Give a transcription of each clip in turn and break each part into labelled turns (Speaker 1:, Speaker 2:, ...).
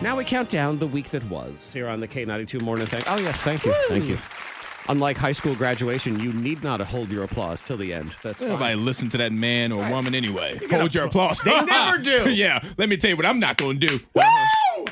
Speaker 1: Now we count down the week that was here on the K92 Morning Thing. Oh, yes, thank you. Thank you. Unlike high school graduation, you need not hold your applause till the end. That's fine.
Speaker 2: Nobody listen to that man or woman anyway. Hold your applause.
Speaker 1: They never do.
Speaker 2: yeah, let me tell you what I'm not going to do.
Speaker 3: Uh-huh.
Speaker 2: Woo!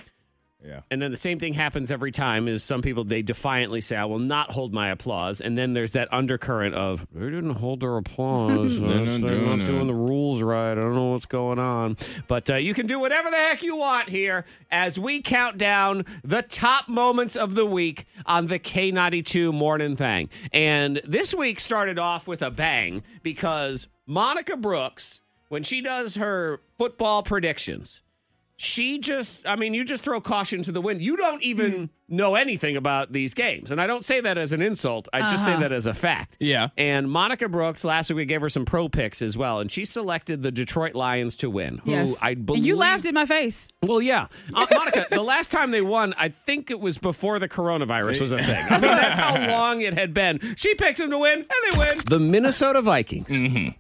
Speaker 2: Yeah.
Speaker 1: And then the same thing happens every time is some people, they defiantly say, I will not hold my applause. And then there's that undercurrent of, they didn't hold their applause. They're
Speaker 2: not
Speaker 1: not
Speaker 2: doing it."
Speaker 1: doing the rules right. I don't know what's going on. But uh, you can do whatever the heck you want here as we count down the top moments of the week on the K92 Morning Thing. And this week started off with a bang because Monica Brooks, when she does her football predictions, she just i mean you just throw caution to the wind you don't even know anything about these games and i don't say that as an insult i just say that as a fact
Speaker 2: Yeah.
Speaker 1: and monica brooks last week we gave her some pro picks as well and she selected the detroit lions to win who
Speaker 3: Yes.
Speaker 1: i believe
Speaker 3: And you laughed in my face.
Speaker 1: well yeah Uh, monica the last time they won i think it was before the coronavirus was a thing i mean that's how long it had been she picks them to win and they win Mm-hmm. the minnesota vikings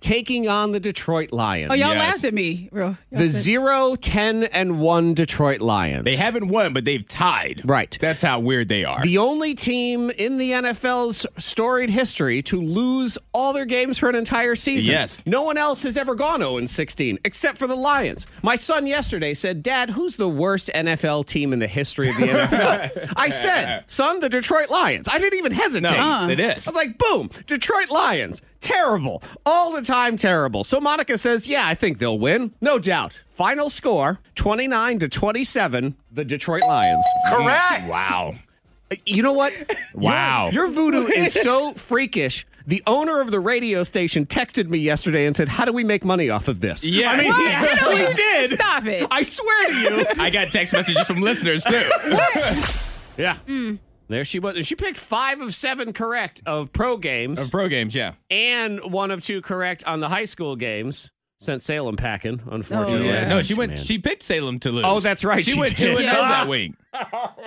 Speaker 1: taking on the detroit lions
Speaker 3: Oh, y'all
Speaker 2: Yes.
Speaker 3: laughed at me. Real. Y'all
Speaker 1: the
Speaker 3: said-
Speaker 1: 0 10 and 1 detroit lions
Speaker 2: They haven't won, but they've tied.
Speaker 1: Right.
Speaker 2: That's how weird they are.
Speaker 1: The only team in the NFL's storied history to lose all their games for an entire season.
Speaker 2: Yes.
Speaker 1: No one else has ever gone 0 16 except for the Lions. My son yesterday said, Dad, who's the worst NFL team in the history of the NFL? I said, Son, the Detroit Lions. I didn't even hesitate.
Speaker 2: no, it is.
Speaker 1: I was like, boom, Detroit Lions, terrible, all the time terrible. So Monica says, yeah, I think they'll win, no doubt. Final score 29 to 27, the Detroit Lions.
Speaker 2: Correct. Mm. Wow.
Speaker 1: You know what?
Speaker 2: Wow.
Speaker 1: Your voodoo is so freakish. The owner of the radio station texted me yesterday and said, How do we make money off of this?
Speaker 2: Yeah.
Speaker 1: I mean,
Speaker 2: What?
Speaker 1: he
Speaker 2: You know,
Speaker 1: actually
Speaker 3: you-
Speaker 1: did.
Speaker 3: stop it.
Speaker 1: I swear to you.
Speaker 2: I got text messages from listeners too.
Speaker 1: yeah.
Speaker 3: Mm.
Speaker 1: There she was. And She picked five of seven correct of pro games
Speaker 2: Of pro games, yeah.
Speaker 1: and one of two correct on the high school games. Sent Salem packing, unfortunately.
Speaker 3: Oh, yeah.
Speaker 2: No, she went.
Speaker 1: Man.
Speaker 2: She picked Salem to lose.
Speaker 1: Oh, that's right,
Speaker 2: She,
Speaker 1: she
Speaker 2: went
Speaker 1: did.
Speaker 2: two and
Speaker 3: Yeah.
Speaker 2: zero that week. She,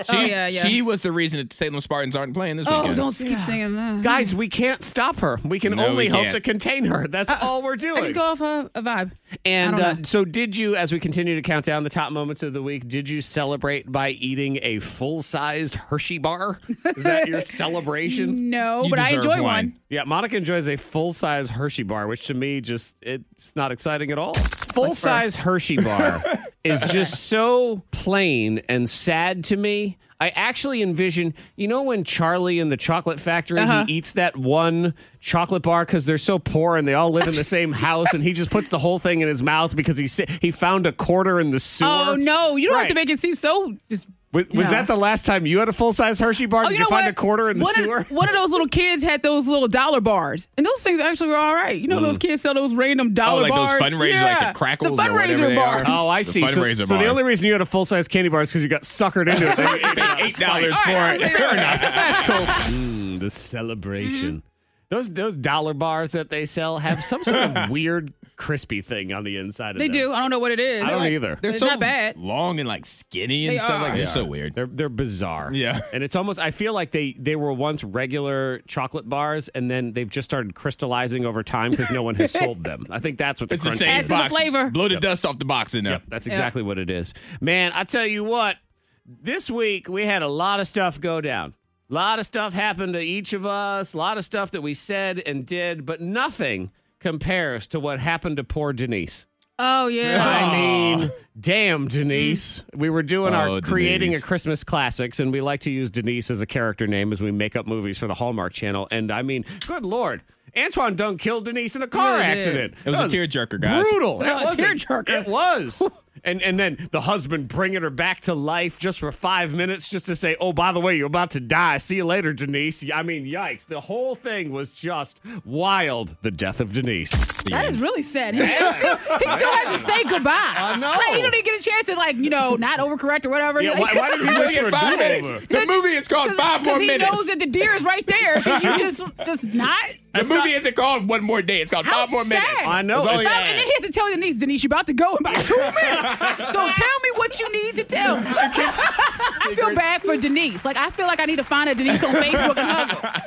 Speaker 3: Oh, yeah, yeah.
Speaker 2: She was the reason that Salem Spartans aren't playing this
Speaker 3: Oh,
Speaker 2: weekend.
Speaker 3: don't keep singing that.
Speaker 1: Guys, we can't stop her. We can
Speaker 2: No,
Speaker 1: only
Speaker 2: we
Speaker 1: hope
Speaker 2: can't.
Speaker 1: to contain her. That's all we're doing.
Speaker 3: Uh-uh. I just go off a, a vibe.
Speaker 1: And
Speaker 3: I don't
Speaker 1: uh,
Speaker 3: know.
Speaker 1: so, did you, as we continue to count down the top moments of the week, did you celebrate by eating a full sized Hershey bar? Is that your celebration?
Speaker 3: No,
Speaker 2: You
Speaker 3: but I
Speaker 2: deserve
Speaker 3: enjoy one.
Speaker 1: Yeah, Monica enjoys a full size Hershey bar, which to me just it's not exciting at all. Full size Hershey bar is just so plain and sad to me. I actually envision, you know, when Charlie in the Chocolate Factory
Speaker 3: Uh-huh.
Speaker 1: he eats that one chocolate bar because they're so poor and they all live in the same house, and he just puts the whole thing in his mouth because he si- he found a quarter in the sewer.
Speaker 3: Oh no, you don't have to
Speaker 1: Right.
Speaker 3: make it seem so. Just
Speaker 1: Was, was
Speaker 3: no.
Speaker 1: that the last time you had a full size Hershey bar?
Speaker 3: Oh,
Speaker 1: Did
Speaker 3: you
Speaker 1: you,
Speaker 3: know
Speaker 1: find
Speaker 3: what?
Speaker 1: a quarter in the
Speaker 3: one
Speaker 1: sewer?
Speaker 3: Of, one of those little kids had those little dollar bars, and those things actually were all right. You know, those kids sell those random dollar
Speaker 2: Oh, like those
Speaker 3: bars.
Speaker 2: fundraisers,
Speaker 3: yeah.
Speaker 2: like the Crackles or
Speaker 3: The
Speaker 2: whatever
Speaker 3: fundraiser
Speaker 2: they are.
Speaker 3: bars.
Speaker 1: Oh, I
Speaker 2: The
Speaker 1: see. So,
Speaker 2: fundraiser
Speaker 1: so the
Speaker 2: bar.
Speaker 1: only reason you had a full size candy bar is because you got suckered into it.
Speaker 2: They paid eight dollars Oh, for it.
Speaker 1: Fair enough. That's cool. Mm-hmm. Mm, the celebration. Those those dollar bars that they sell have some sort of weird crispy thing on the inside of
Speaker 3: They
Speaker 1: them.
Speaker 3: do. I don't know what it is.
Speaker 1: I don't
Speaker 2: Like,
Speaker 1: either.
Speaker 2: They're
Speaker 3: It's
Speaker 2: so
Speaker 3: not bad.
Speaker 2: long and like skinny and
Speaker 3: They
Speaker 2: stuff like
Speaker 3: are.
Speaker 2: that. It's so weird.
Speaker 1: They're they're bizarre.
Speaker 2: Yeah.
Speaker 1: And it's almost I feel like they they were once regular chocolate bars and then they've just started crystallizing over time because no one has sold them. I think that's what the
Speaker 2: It's the
Speaker 1: crunch
Speaker 2: same
Speaker 1: is.
Speaker 3: Adds in the
Speaker 2: box.
Speaker 3: flavor.
Speaker 2: Blow the dust off the box in there.
Speaker 1: Yep, that's exactly what it is. Man, I tell you what, this week we had a lot of stuff go down. A lot of stuff happened to each of us, a lot of stuff that we said and did, but nothing compares to what happened to poor Denise.
Speaker 3: Oh yeah.
Speaker 1: I mean, damn, Denise. We were doing our
Speaker 2: Oh,
Speaker 1: creating
Speaker 2: Denise.
Speaker 1: a Christmas classics, and we like to use Denise as a character name as we make up movies for the Hallmark Channel. And I mean, good lord. Antoine Dunn killed Denise in a car
Speaker 3: Yeah, he did.
Speaker 1: accident.
Speaker 2: It was a
Speaker 1: That
Speaker 2: tearjerker, guys.
Speaker 1: Brutal.
Speaker 3: No,
Speaker 1: That
Speaker 3: a
Speaker 1: was
Speaker 3: tearjerker.
Speaker 1: It was. And and then the husband bringing her back to life just for five minutes, just to say, "Oh, by the way, you're about to die. See you later, Denise." I mean, yikes! The whole thing was just wild. The death of Denise.
Speaker 3: That is really sad. He, still, he still has to say goodbye. I
Speaker 1: know.
Speaker 3: Like, he don't even get a chance to, like, you know, not overcorrect or whatever.
Speaker 1: Yeah, why,
Speaker 3: Like-
Speaker 1: why did he
Speaker 2: Look
Speaker 1: wish for
Speaker 2: at
Speaker 1: a
Speaker 2: five
Speaker 1: do-over?
Speaker 2: minutes. The movie is called Five More
Speaker 3: he
Speaker 2: Minutes.
Speaker 3: knows that the deer is right there. Did you just, just not?
Speaker 2: the movie isn't called One More Day. It's called
Speaker 3: How
Speaker 2: Five More
Speaker 3: sad.
Speaker 2: Minutes.
Speaker 1: I know,
Speaker 2: It's
Speaker 1: it's-
Speaker 2: only-
Speaker 3: So, and then he has to tell Denise, Denise, you're about to go in about two minutes. So tell me what you need to tell me. I feel bad for Denise. Like, I feel like I need to find a Denise on Facebook and hug her.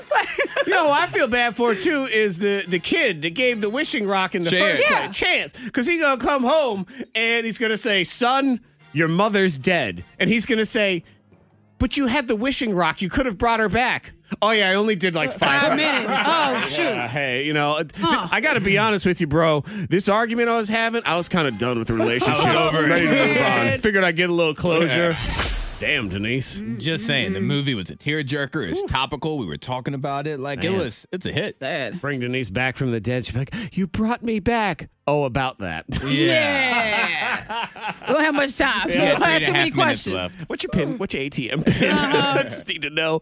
Speaker 1: You know, who I feel bad for too is the the kid that gave the wishing rock in the
Speaker 2: Chance.
Speaker 1: first
Speaker 3: Yeah.
Speaker 1: place. chance because he's gonna come home and he's gonna say, "Son, your mother's dead," and he's gonna say, "But you had the wishing rock. You could have brought her back." Oh yeah, I only did like five,
Speaker 3: Five minutes. Oh,
Speaker 1: Uh,
Speaker 3: shoot.
Speaker 1: hey, you know, th-
Speaker 3: Huh.
Speaker 1: I got to be honest with you, bro. This argument I was having, I was kind of done with the relationship.
Speaker 2: I was over it.
Speaker 1: Ready to move on.
Speaker 3: Weird.
Speaker 1: Figured I'd get a little closure. Damn, Denise.
Speaker 2: Just saying, the movie was a tearjerker. It's topical. We were talking about it. Like
Speaker 1: Man.
Speaker 2: it was, it's a hit.
Speaker 3: Sad.
Speaker 1: Bring Denise back from the dead. She's like, "You brought me back." Oh, about that.
Speaker 3: Yeah. we don't have much time. So
Speaker 2: Yeah,
Speaker 3: I
Speaker 2: three and a
Speaker 3: ask too
Speaker 2: half
Speaker 3: many
Speaker 2: minutes
Speaker 3: questions.
Speaker 2: left.
Speaker 1: What's your pin? What's your ATM pin? I just need to know.